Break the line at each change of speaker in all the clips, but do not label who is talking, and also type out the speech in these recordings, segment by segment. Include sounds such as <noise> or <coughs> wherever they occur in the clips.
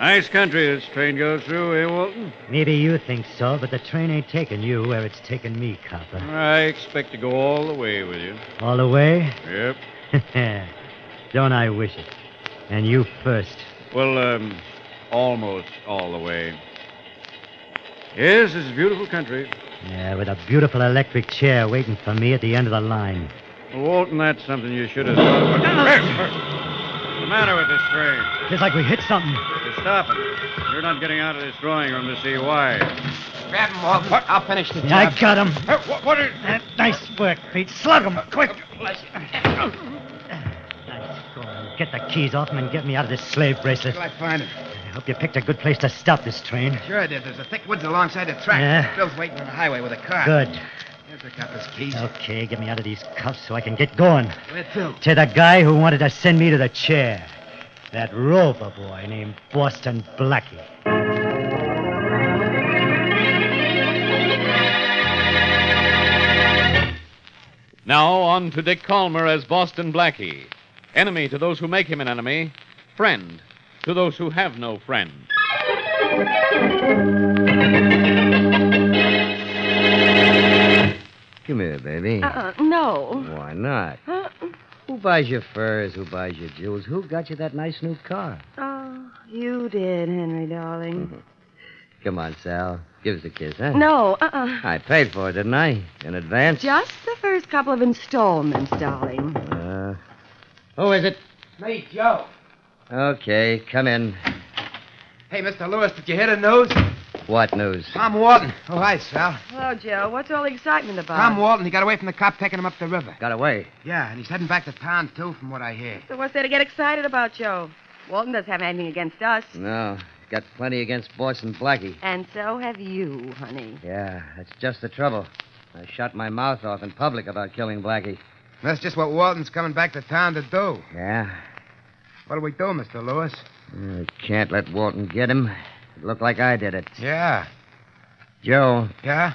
Nice country this train goes through, eh, Walton?
Maybe you think so, but the train ain't taking you where it's taking me, copper.
I expect to go all the way with you.
All the way? <laughs>
Yep.
Don't I wish it? And you first.
Well, um, almost all the way. Yes, this is beautiful country.
Yeah, with a beautiful electric chair waiting for me at the end of the line.
Well, Walton, that's something you should have thought about. What's the matter with this train?
Just like we hit something.
It's stopping. You're not getting out of this drawing room to see why.
Grab him, Walton. I'll finish the
I got him.
What, what is...
nice work, Pete. Slug him, quick. Nice going. Get the keys off him and get me out of this slave bracelet.
I find him?
I hope you picked a good place to stop this train.
Sure I did. There's a thick woods alongside the track.
Yeah.
Bill's waiting on the highway with a car.
Good.
Here's the copper's keys.
Okay, get me out of these cuffs so I can get going.
Where to?
To the guy who wanted to send me to the chair. That rover boy named Boston Blackie.
Now on to Dick Calmer as Boston Blackie. Enemy to those who make him an enemy, friend to those who have no friend.
Come here, baby.
Uh,
Uh-uh, no. Uh,
Why not?
Huh?
Who buys your furs? Who buys your jewels? Who got you that nice new car?
Oh, you did, Henry, darling.
<laughs> Come on, Sal. Give us a kiss, huh?
No, uh-uh.
I paid for it, didn't I? In advance?
Just the first couple of installments, darling.
Uh, who is it?
Me, Joe.
Okay, come in.
Hey, Mr. Lewis, did you hear the news?
What news?
Tom Walton. Oh, hi, Sal.
Hello, Joe. What's all the excitement about?
Tom Walton. He got away from the cop taking him up the river.
Got away.
Yeah, and he's heading back to town, too, from what I hear.
So what's there to get excited about, Joe? Walton doesn't have anything against us.
No, got plenty against Boston Blackie.
And so have you, honey.
Yeah, that's just the trouble. I shot my mouth off in public about killing Blackie.
That's just what Walton's coming back to town to do.
Yeah,
What'll we do, Mr. Lewis?
I Uh, can't let Walton get him. It looked like I did it.
Yeah.
Joe,
Yeah?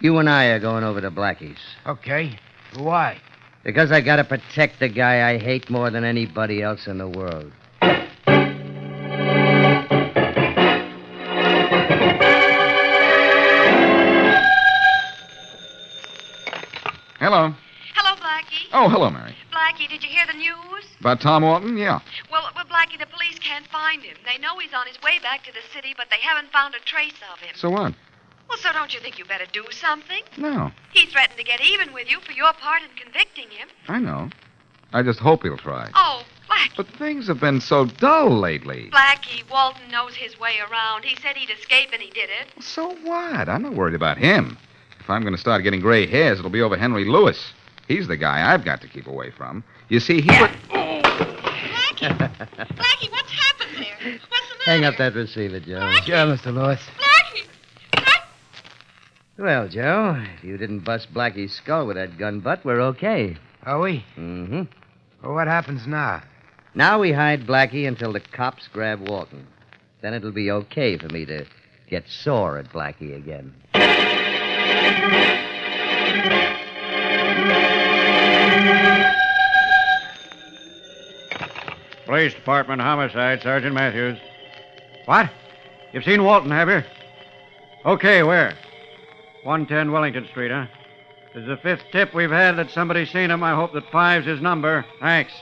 you and I are going over to Blackie's.
Okay. Why?
Because I gotta protect the guy I hate more than anybody else in the world.
Hello.
Hello, Blackie.
Oh, hello, Mary.
Blackie, did you hear the news?
About Tom Walton? Yeah.
Well, well, Blackie, the police can't find him. They know he's on his way back to the city, but they haven't found a trace of him.
So what?
Well, so don't you think you better do something?
No,
He threatened to get even with you for your part in convicting him.
I know. I just hope he'll try.
Oh, Blackie.
But things have been so dull lately.
Blackie, Walton knows his way around. He said he'd escape, and he did it.
So what? I'm not worried about him. If I'm going to start getting gray hairs, it'll be over Henry Lewis. He's the guy I've got to keep away from. You see, he was.
Blackie! Blackie, what's happened there? What's the
Hang up that receiver, Joe.
Sure, Mr. Lewis.
Blackie!
Well, Joe, if you didn't bust Blackie's skull with that gun butt, we're okay.
Are we?
Mm-hmm.
Well, what happens now?
Now we hide Blackie until the cops grab Walton. Then it'll be okay for me to get sore at Blackie again.
Police Department Homicide, Sergeant Matthews.
What?
You've seen Walton, have you? Okay, where? 110 Wellington Street, huh? This is the fifth tip we've had that somebody's seen him. I hope that five's his number. Thanks.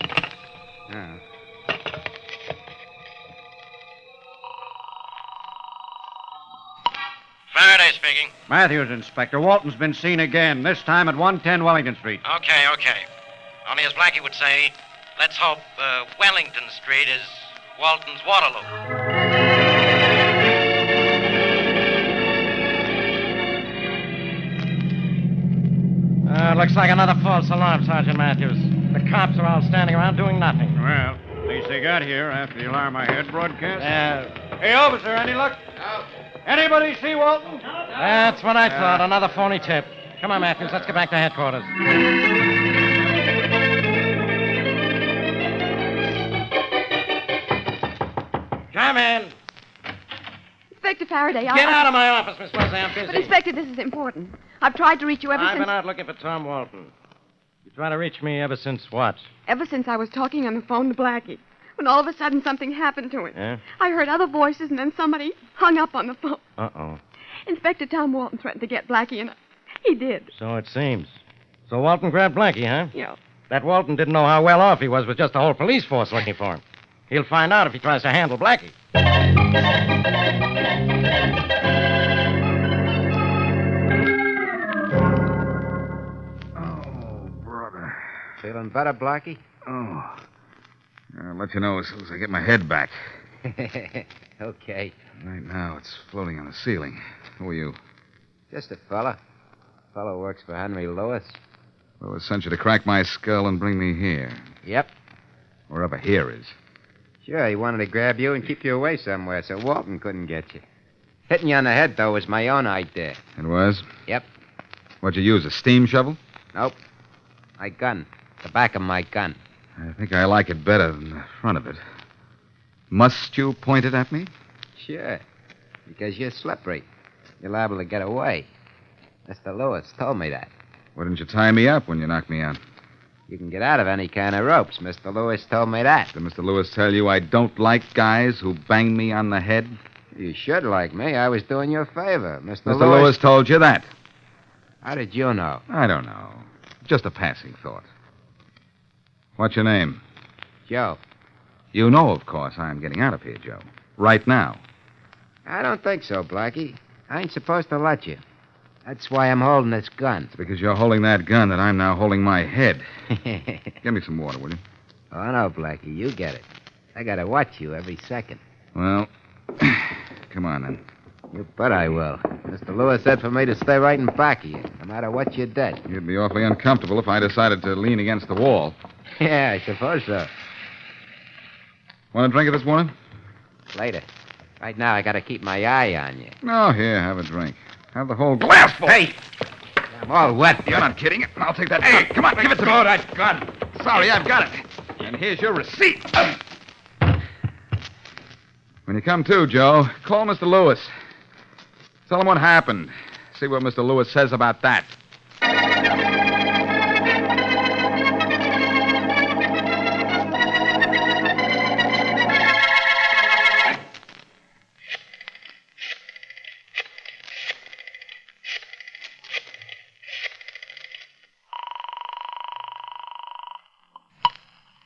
Yeah.
Faraday speaking.
Matthews, Inspector. Walton's been seen again, this time at 110 Wellington Street.
Okay, okay. Only as Blackie would say, let's hope uh, Wellington Street is Walton's Waterloo.
Uh, looks like another false alarm, Sergeant Matthews. The cops are all standing around doing nothing.
Well, at least they got here after the alarm I had broadcast.
Uh,
hey, officer, any luck? Anybody see Walton?
That's what I thought. Another phony tip. Come on, Matthews. Let's get back to headquarters. Come in.
Inspector Faraday, I...
Get out of my office, Miss Wesley. I'm
But,
busy.
Inspector, this is important. I've tried to reach you ever
I've
since...
been out looking for Tom Walton. You try to reach me ever since what?
Ever since I was talking on the phone to Blackie. When all of a sudden something happened to him.
Yeah?
I heard other voices, and then somebody hung up on the phone.
Uh oh.
Inspector Tom Walton threatened to get Blackie, and I... he did.
So it seems. So Walton grabbed Blackie, huh?
Yeah.
That Walton didn't know how well off he was with just the whole police force looking for him. He'll find out if he tries to handle Blackie.
Brother. Feeling better, Blackie? Oh.
I'll let you know as soon as I get my head back.
<laughs> okay.
Right now, it's floating on the ceiling. Who are you?
Just a fella. Fella works for Henry Lewis.
Well, I sent you to crack my skull and bring me here.
Yep.
Wherever here is.
Sure, he wanted to grab you and keep you away somewhere so Walton couldn't get you. Hitting you on the head, though, was my own idea.
It was?
Yep.
What'd you use, a steam shovel?
Nope. My gun. The back of my gun.
I think I like it better than the front of it. Must you point it at me?
Sure. Because you're slippery. You're liable to get away. Mr. Lewis told me that.
Why didn't you tie me up when you knocked me out?
You can get out of any kind of ropes. Mr. Lewis told me that.
Did Mr. Lewis tell you I don't like guys who bang me on the head?
You should like me. I was doing you a favor. Mr.
Mr.
Lewis.
Lewis told you that.
How did you know?
I don't know. Just a passing thought. What's your name?
Joe.
You know, of course, I'm getting out of here, Joe. Right now.
I don't think so, Blackie. I ain't supposed to let you. That's why I'm holding this gun.
It's because
<laughs>
you're holding that gun that I'm now holding my head. Give me some water, will you?
Oh, no, Blackie. You get it. I gotta watch you every second.
Well, <clears throat> come on then.
You bet I will. Mr. Lewis said for me to stay right in back of you, no matter what you did. <laughs>
You'd be awfully uncomfortable if I decided to lean against the wall.
Yeah, I suppose so.
Want a drink of this water?
Later. Right now, I gotta keep my eye on you.
No, Oh, here, have a drink. Have the whole glass full. Hey!
I'm all wet.
You're not kidding. I'll take that. Hey, come on, give it to me. Oh, that gun. Sorry, I've got it. And here's your receipt. When you come to, Joe, call Mr. Lewis. Tell him what happened. See what Mr. Lewis says about that.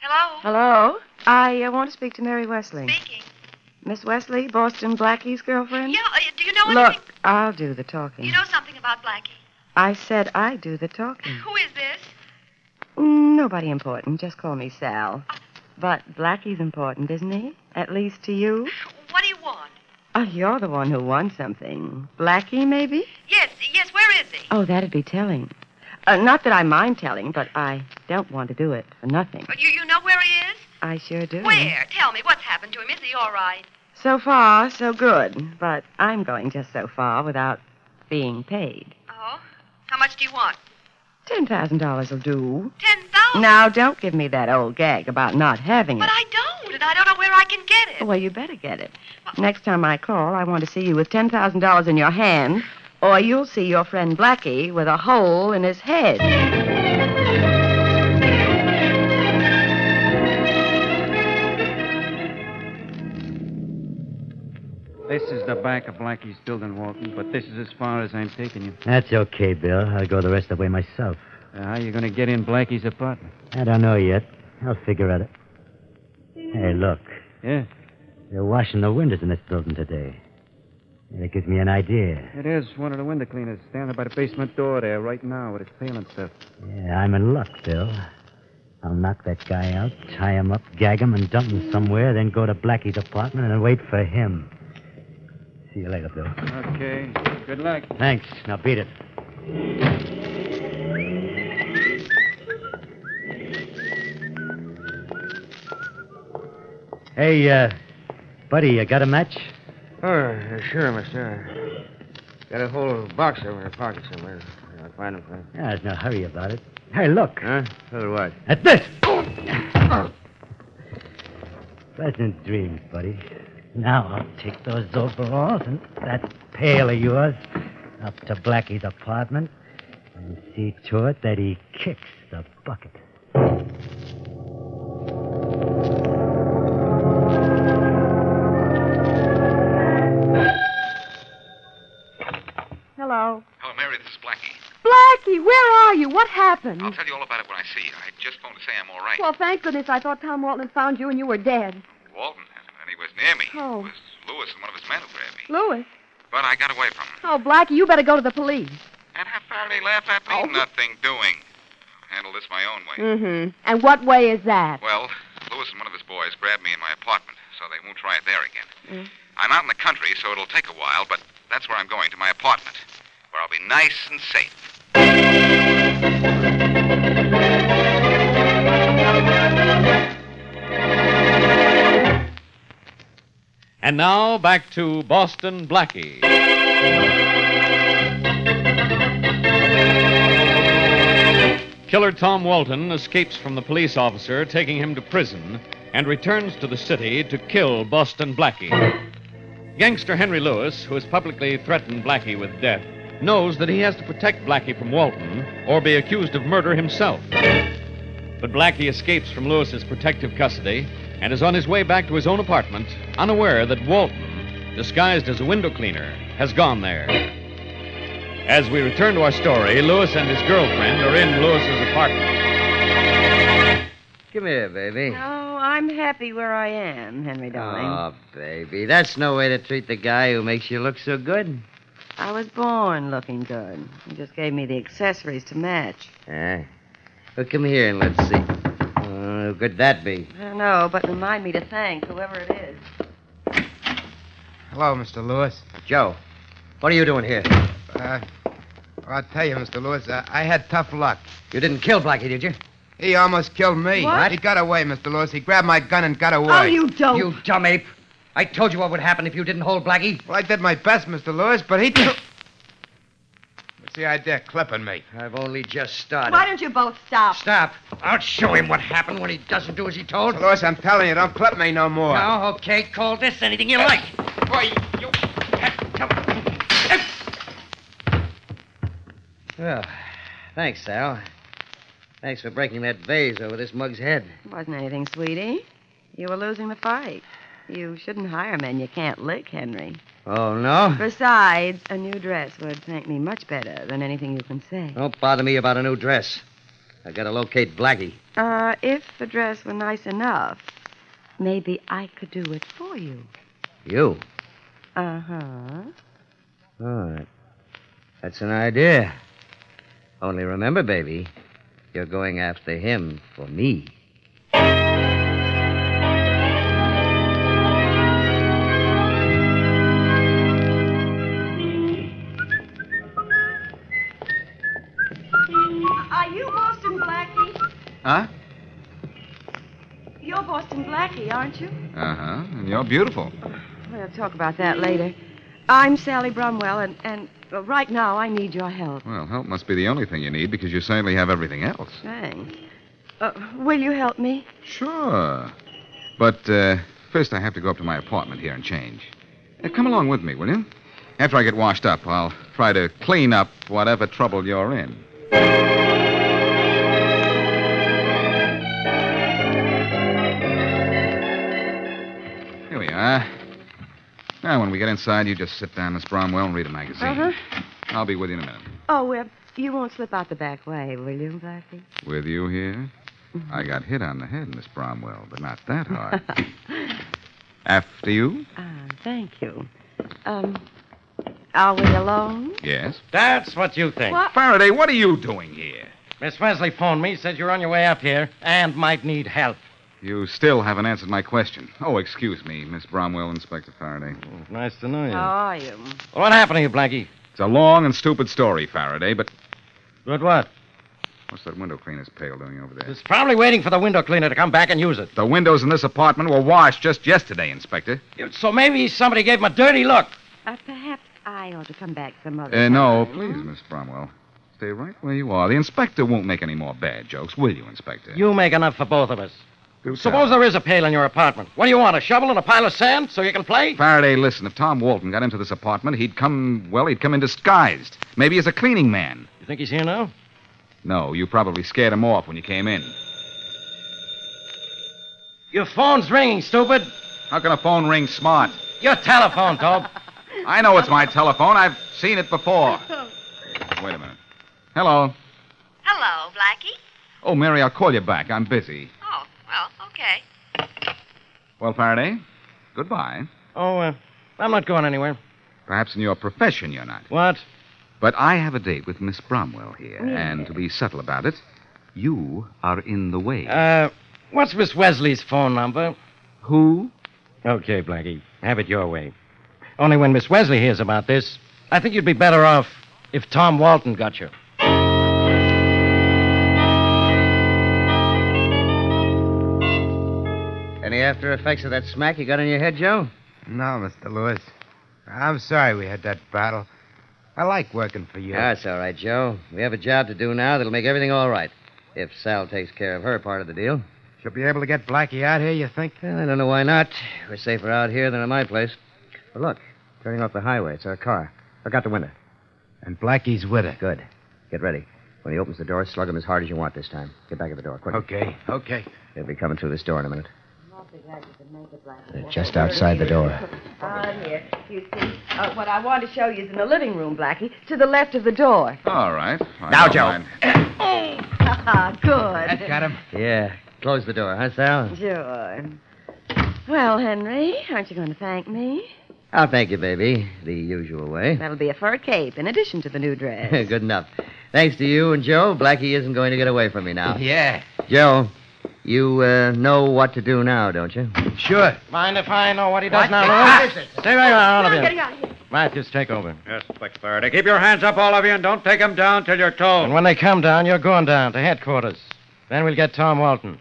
Hello?
Hello? I uh, want to speak to Mary Wesley.
Speaking.
Miss Wesley, Boston Blackie's girlfriend?
Yeah, uh, do you know
Look,
anything?
I'll do the talking.
You know something about Blackie.
I said I do the talking.
Who is this?
Mm, Nobody important. Just call me Sal. But Blackie's important, isn't he? At least to you.
What do you want?
Oh, you're the one who wants something. Blackie, maybe?
Yes, yes, where is he?
Oh, that'd be telling. Uh, not that I mind telling, but I don't want to do it for nothing.
But you, you know where he is?
I sure do.
Where? Tell me, what's happened to him? Is he all right?
So far, so good. But I'm going just so far without being paid.
Oh? How much do you want?
Ten thousand dollars will do.
Ten thousand?
Now, don't give me that old gag about not having it.
But I don't, and I don't know where I can get it.
Well, you better get it. Next time I call, I want to see you with ten thousand dollars in your hand, or you'll see your friend Blackie with a hole in his head.
This is the back of Blackie's building, Walton, but this is as far as I'm taking you.
That's okay, Bill. I'll go the rest of the way myself.
Uh, how are you going to get in Blackie's apartment?
I don't know yet. I'll figure out it. Hey, look.
Yeah.
They're washing the windows in this building today. That gives me an idea.
It is one of the window cleaners standing by the basement door there right now with his pail and stuff.
Yeah, I'm in luck, Bill. I'll knock that guy out, tie him up, gag him, and dump him somewhere, then go to Blackie's apartment and wait for him. See you later, Bill.
Okay. Good luck.
Thanks. Now beat it. Hey, uh, buddy, you got a match?
Oh, sure, mister. Got a whole box over in the pocket somewhere. I'll find it for you.
Ah,
Yeah, there's no hurry about it. Hey, look.
Huh? Little what?
At this! Pleasant dreams, buddy. Now I'll take those overalls and that pail of yours up to Blackie's apartment and see to it that he kicks the bucket.
Hello.
Hello, Mary. This is Blackie.
Blackie, where are you? What happened?
I'll tell you all about it when I see you. I just phoned to say I'm all right.
Well, thank goodness I thought Tom Walton had found you and you were dead.
Walton, and he was near me.
Oh,
Lewis and one of his men who grabbed me.
Louis.
But I got away from him.
Oh, Blackie, you better go to the police.
And how far they laughed at
Oh.
me? Nothing doing. Handle this my own way.
Mm-hmm. And what way is that?
Well, Lewis and one of his boys grabbed me in my apartment, so they won't try it there again.
Mm.
I'm out in the country, so it'll take a while, but that's where I'm going, to my apartment, where I'll be nice and safe.
And now back to Boston Blackie. Killer Tom Walton escapes from the police officer, taking him to prison, and returns to the city to kill Boston Blackie. Gangster Henry Lewis, who has publicly threatened Blackie with death, knows that he has to protect Blackie from Walton or be accused of murder himself. But Blackie escapes from Lewis's protective custody and is on his way back to his own apartment, unaware that Walton, disguised as a window cleaner, has gone there. As we return to our story, Lewis and his girlfriend are in Lewis's apartment.
Come here, baby.
Oh, I'm happy where I am, Henry darling.
Oh, baby, that's no way to treat the guy who makes you look so good.
I was born looking good. You just gave me the accessories to match.
Eh? Well, come here and let's see. Oh, who could that be?
I don't know, but remind me to thank whoever it is.
Hello, Mr. Lewis.
Joe. What are you doing here?
Uh, well, I'll tell you, Mr. Lewis, uh, I had tough luck.
You didn't kill Blackie, did you?
He almost killed me.
What?
He got away, Mr. Lewis. He grabbed my gun and got away.
Oh, you dope. You dumb ape. I told you what would happen if you didn't hold Blackie.
Well, I did my best, Mr. Lewis, but he.
<coughs>
took- What's the idea clipping me?
I've only just started.
Why don't you both stop?
Stop. I'll show him what happened when he doesn't do as he told.
Mr. Lewis, I'm telling you, don't clip me no more.
Now, okay, call this anything you like. Boy, you. Well, thanks, Sal. Thanks for breaking that vase over this mug's head.
Wasn't anything, sweetie. You were losing the fight. You shouldn't hire men you can't lick,
<laughs>
Henry.
Oh, no?
Besides, a new dress would thank me much better than anything you can say.
Don't bother me about a new dress. I gotta locate Blackie.
Uh, if the dress were nice enough, maybe I could do it for you.
You?
Uh huh.
Oh, that- that's an idea. Only remember, baby, you're going after him for me.
Are you Boston Blackie?
Huh?
You're Boston Blackie, aren't you?
Uh huh. And you're beautiful.
We'll talk about that later. I'm Sally Brumwell, and, and well, right now I need your help.
Well, help must be the only thing you need because you certainly have everything else.
Thanks. Uh, will you help me?
Sure. But uh, first, I have to go up to my apartment here and change. Uh, come along with me, will you? After I get washed up, I'll try to clean up whatever trouble you're in. Here we are. Now, when we get inside, you just sit down, Miss Bromwell, and read a magazine.
Uh-huh.
I'll be with you in a minute.
Oh, uh, you won't slip out the back way, will you, Blackie?
With you here? I got hit on the head, Miss Bromwell, but not that hard. After you?
Ah, thank you. Um, are we alone?
Yes.
That's what you think.
What?
Faraday, what are you doing here?
Miss Wesley phoned me, said you're on your way up here and might need help.
You still haven't answered my question. Oh, excuse me, Miss Bromwell, Inspector Faraday.
Nice to
Oh,
know you.
How are you?
What happened to you, Blackie?
It's a long and stupid story, Faraday, but.
But what?
What's that window cleaner's pail doing over there?
It's probably waiting for the window cleaner to come back and use it.
The windows in this apartment were washed just yesterday, Inspector.
So maybe somebody gave him a dirty look.
Uh, perhaps I ought to come back some other
Uh, no,
time.
please, Miss Bromwell. Stay right where you are. The inspector won't make any more bad jokes, will you, Inspector?
You make enough for both of us. Suppose there is a pail in your apartment. What do you want, a shovel and a pile of sand so you can play?
Faraday, listen, if Tom Walton got into this apartment, he'd come, well, he'd come in disguised. Maybe as a cleaning man.
You think he's here now?
No, you probably scared him off when you came in.
Your phone's ringing, stupid.
How can a phone ring smart?
Your telephone, Tobe.
I know it's my telephone. I've seen it before. Wait a minute. Hello.
<laughs> Hello, Blackie.
Oh, Mary, I'll call you back. I'm busy.
Oh, well, okay.
Well, Faraday, goodbye.
Oh, uh, I'm not going anywhere.
Perhaps in your profession you're not.
What?
But I have a date with Miss Bromwell here, and to be subtle about it, you are in the way.
Uh, what's Miss Wesley's phone number?
Who?
Okay, Blackie. Have it your way. Only when Miss Wesley hears about this, I think you'd be better off if Tom Walton got you.
Any after effects of that smack you got on your head, Joe?
No, Mr. Lewis. I'm sorry we had that battle. I like working for you.
That's all right, Joe. We have a job to do now that'll make everything all right. If Sal takes care of her part of the deal.
She'll be able to get Blackie out here, you think?
Well, I don't know why not. We're safer out here than at my place. But look, turning off the highway. It's our car. Look out the window.
And Blackie's with her.
Good. Get ready. When he opens the door, slug him as hard as you want this time. Get back at the door, quick.
Okay, okay.
He'll be coming through this door in a minute.
They're
just outside the door.
On here. Ah, You see, uh, what I want to show you is in the living room, Blackie, to the left of the door.
All right. I
Now,
don't
Joe.
mind.
Ah, Good.
Got him? Yeah. Close the door, huh, Sal?
Sure. Well, Henry, aren't you going to thank me?
I'll thank you, baby. The usual way.
That'll be a fur cape in addition to the new
<laughs>
dress.
<laughs> Good enough. Thanks to you and Joe, Blackie isn't going to get away from
<laughs>
me now.
Yeah.
Joe, you uh, know what to do now, don't you?
Sure.
Mind if I know what he does
What
now,
the
Lewis?
fuck is
Stay right out of
getting
here.
out of here.
Matthews, take over.
Yes, Inspector Faraday. Keep your hands up, all of you, and don't take them down till you're told.
And when they come down, you're going down to headquarters. Then we'll get Tom Walton.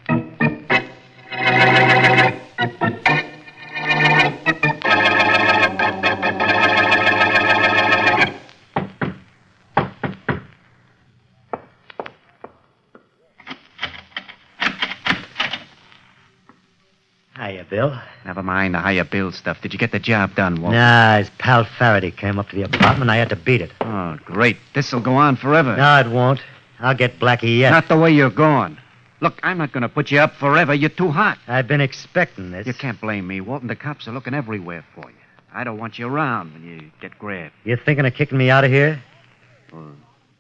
Hiya, Bill.
Never mind the higher bill stuff. Did you get the job done, Walt?
Nah, his pal Faraday came up to the apartment. I had to beat it.
Oh, great. This'll go on forever.
No, it won't. I'll get Blackie yet.
Not the way you're going. Look, I'm not going to put you up forever. You're too hot.
I've been expecting this.
You can't blame me, Walton. The cops are looking everywhere for you. I don't want you around when you get grabbed.
You're thinking of kicking me out of here?
Well,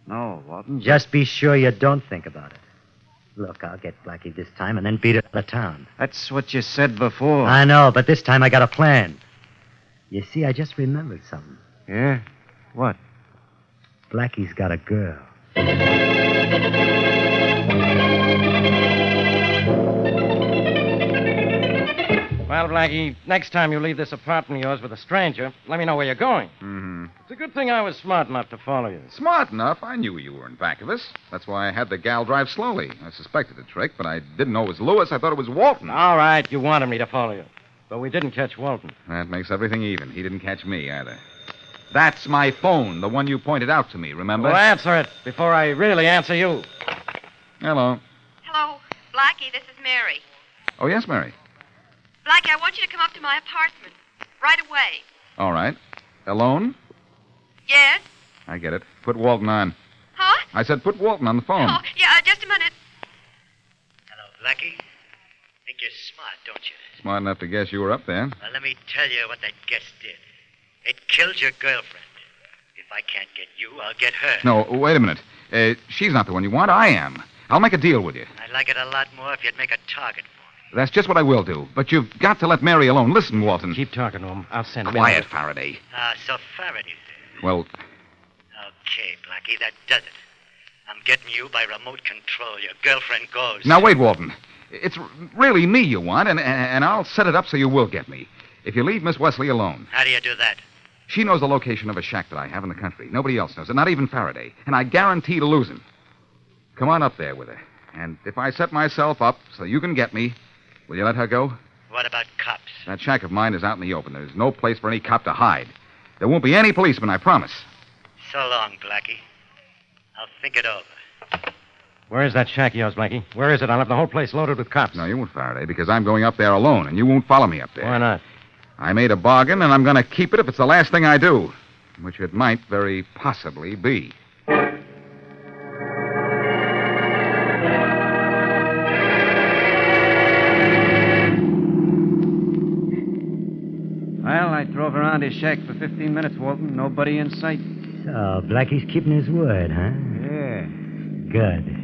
no, Walton.
Just be sure you don't think about it. Look, I'll get Blackie this time and then beat it out of town.
That's what you said before.
I know, but this time I got a plan. You see, I just remembered something.
Yeah? What?
Blackie's got a girl.
Well, Blackie, next time you leave this apartment of yours with a stranger, let me know where you're going.
Mm-hmm.
It's a good thing I was smart enough to follow you.
Smart enough. I knew you were in back of us. That's why I had the gal drive slowly. I suspected the trick, but I didn't know it was Lewis. I thought it was Walton.
All right, you wanted me to follow you. But we didn't catch Walton.
That makes everything even. He didn't catch me either. That's my phone, the one you pointed out to me, remember?
Well, answer it before I really answer you.
Hello.
Hello, Blackie, this is Mary.
Oh, yes, Mary.
Blackie, I want you to come up to my apartment. Right away.
All right. Alone?
Yes?
I get it. Put Walton on.
Huh?
I said put Walton on the phone.
Oh, yeah, uh, just a minute.
Hello, Blackie. Think you're smart, don't you?
Smart enough to guess you were up there.
Well, let me tell you what that guest did.
It killed your girlfriend. If I can't get you, I'll get her.
No, wait a minute. Uh, she's not the one you want. I am. I'll make a deal with you.
I'd like it a lot more if you'd make a target.
That's just what I will do. But you've got to let Mary alone. Listen, Walton.
Keep talking to him. I'll send him.
Quiet, Faraday.
Ah, so Faraday.
Well,
Okay, Blackie, that does it. I'm getting you by remote control. Your girlfriend goes.
now wait, Walton. It's really me you want, and, and I'll set it up so you will get me. If you leave Miss Wesley alone,
How do you do that?
she knows the location of a shack that I have in the country. Nobody else knows it, not even Faraday. And I guarantee to lose him. Come on up there with her. And if I set myself up so you can get me, will you let her go?
What about cops?
That shack of mine is out in the open. There's no place for any cop to hide. There won't be any policeman, I promise.
So long, Blackie. I'll think it over.
Where is that shack of yours, Blackie? Where is it? I'll have the whole place loaded with cops.
No, you won't, Faraday, because I'm going up there alone, and you won't follow me up there.
Why not?
I made a bargain, and I'm going to keep it if it's the last thing I do, which it might very possibly be.
Well, I drove around his shack for 15 minutes, Walton. Nobody in sight.
So, Blackie's keeping his word, huh?
Yeah.
Good.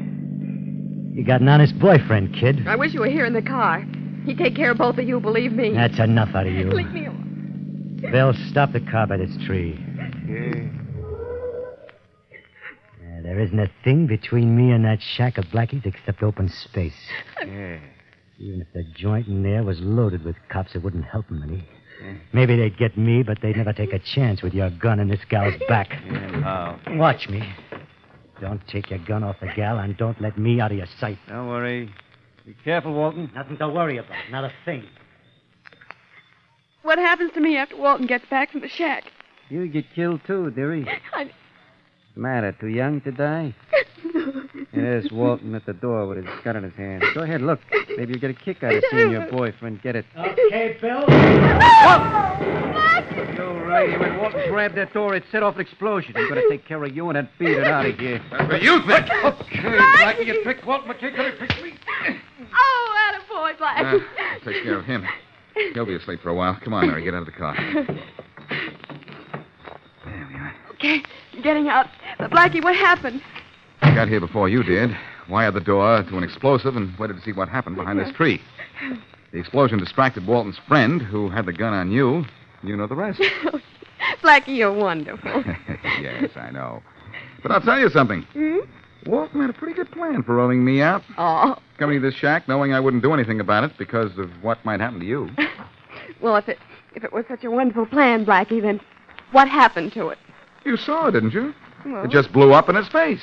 You got an honest boyfriend, kid.
I wish you were here in the car. He'd take care of both of you, believe me.
That's enough out of
Leave
you.
me alone.
Bill, stop the car by this tree. Uh, There isn't a thing between me and that shack of Blackie's except open space. <laughs>
Yeah.
Even if the joint in there was loaded with cops, it wouldn't help 'em any. Maybe they'd get me, but they'd never take a chance with your gun in this gal's back.
Oh.
Watch me. Don't take your gun off the gal, and don't let me out of your sight.
Don't worry. Be careful, Walton.
Nothing to worry about. Not a thing.
What happens to me after Walton gets back from the shack?
You get killed too, dearie.
I...
Matter, too young to die? There's Walton at the door with his gun in his hand. Go ahead, look. Maybe you'll get a kick out of seeing your boyfriend get it.
Uh, Okay, Bill.
All righty, when Walton grabbed that door, it set off an explosion. I'm going to take care of you and then beat it out of here.
But you think.
Okay, Blackie, you tricked Walton McKicker. He tricked me.
Oh, attaboy,
Uh,
Blackie.
I'll take care
<laughs>
of him. He'll be asleep for a while. Come on, Mary, get out of the car.
Okay, I'm getting out. But Blackie, what happened?
I got here before you did, wired the door to an explosive, and waited to see what happened behind this tree. The explosion distracted Walton's friend, who had the gun on you. You know the rest.
<laughs> Blackie, you're wonderful.
<laughs> yes, I know. But I'll tell you something.
hmm?
Walton had a pretty good plan for rolling me out.
Oh,
Coming to this shack knowing I wouldn't do anything about it because of what might happen to you.
well, if it if it was such a wonderful plan, Blackie, then what happened to it?
You saw, didn't you?
Well,
It just blew up in his face.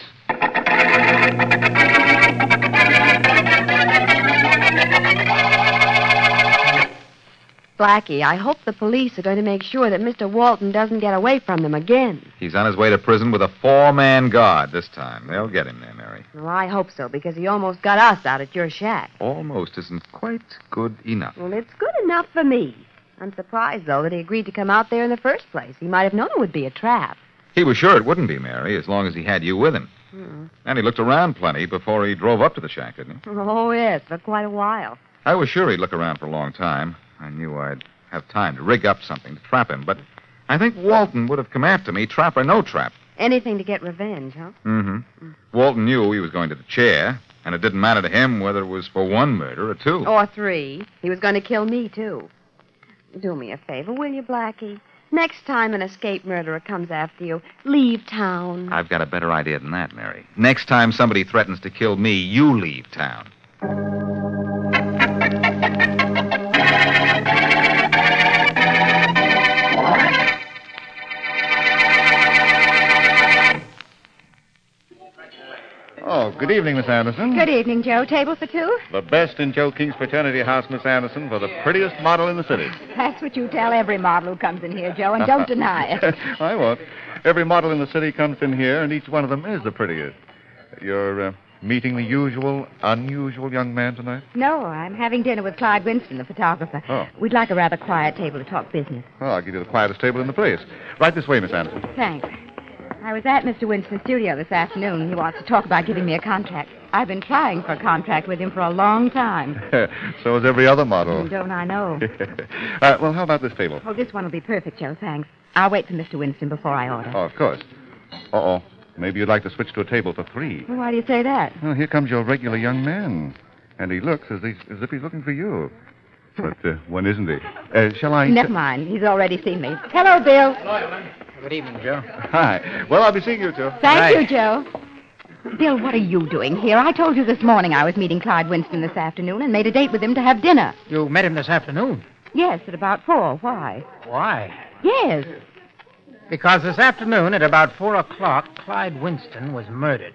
Blackie, I hope the police are going to make sure that Mr. Walton doesn't get away from them again.
He's on his way to prison with a four man guard this time. They'll get him there, Mary.
Well, I hope so, because he almost got us out at your shack.
Almost isn't quite good enough.
Well, it's good enough for me. I'm surprised, though, that he agreed to come out there in the first place. He might have known it would be a trap.
He was sure it wouldn't be, Mary, as long as he had you with him.
Hmm. <laughs>
And he looked around plenty before he drove up to the shack, didn't he?
Oh, yes, for quite a while.
I was sure he'd look around for a long time. I knew I'd have time to rig up something to trap him, but I think Walton would have come after me, trap or no trap.
Anything to get revenge, huh?
Mm-hmm. Walton knew he was going to the chair, and it didn't matter to him whether it was for one murder or two.
Or three. He was going to kill me, too. Do me a favor, will you, Blackie? Next time an escaped murderer comes after you, leave town.
I've got a better idea than that, Mary. Next time somebody threatens to kill me, you leave town.
Oh, good evening, Miss Anderson.
Good evening, Joe. Table for two?
The best in Joe King's fraternity house, Miss Anderson, for the prettiest model in the city.
That's what you tell every model who comes in here, Joe,
<laughs>
and don't deny it.
I won't. Every model in the city comes in here, and each one of them is the prettiest. You're uh, meeting the usual, unusual young man tonight?
No, I'm having dinner with Clyde Winston, the photographer.
Oh.
We'd like a rather quiet table to talk business.
Well, I'll give you the quietest table in the place. Right this way, Miss Anderson. <laughs>
Thanks. I was at Mr. Winston's studio this afternoon. He wants to talk about giving me a contract. I've been trying for a contract with him for a long time.
so is every other model. <laughs>
Mm, Don't I know?
uh, well, how about this table?
Oh, this one will be perfect, Joe, thanks. I'll wait for Mr. Winston before I order.
Oh, of course. Uh oh. Maybe you'd like to switch to a table for three.
Well, why do you say that?
Well, here comes your regular young man. And he looks as, he, as if he's looking for you. But uh, when isn't he? Uh, shall I.
Never mind. He's already seen me. Hello, Bill.
Good evening, Joe.
Hi. Well, I'll be seeing you two.
Thank you, Joe. Bill, what are you doing here? I told you this morning I was meeting Clyde Winston this afternoon and made a date with him to have dinner.
You met him this afternoon.
Yes, at about four. Why?
Why?
Yes.
Because this afternoon at about four o'clock, Clyde Winston was murdered.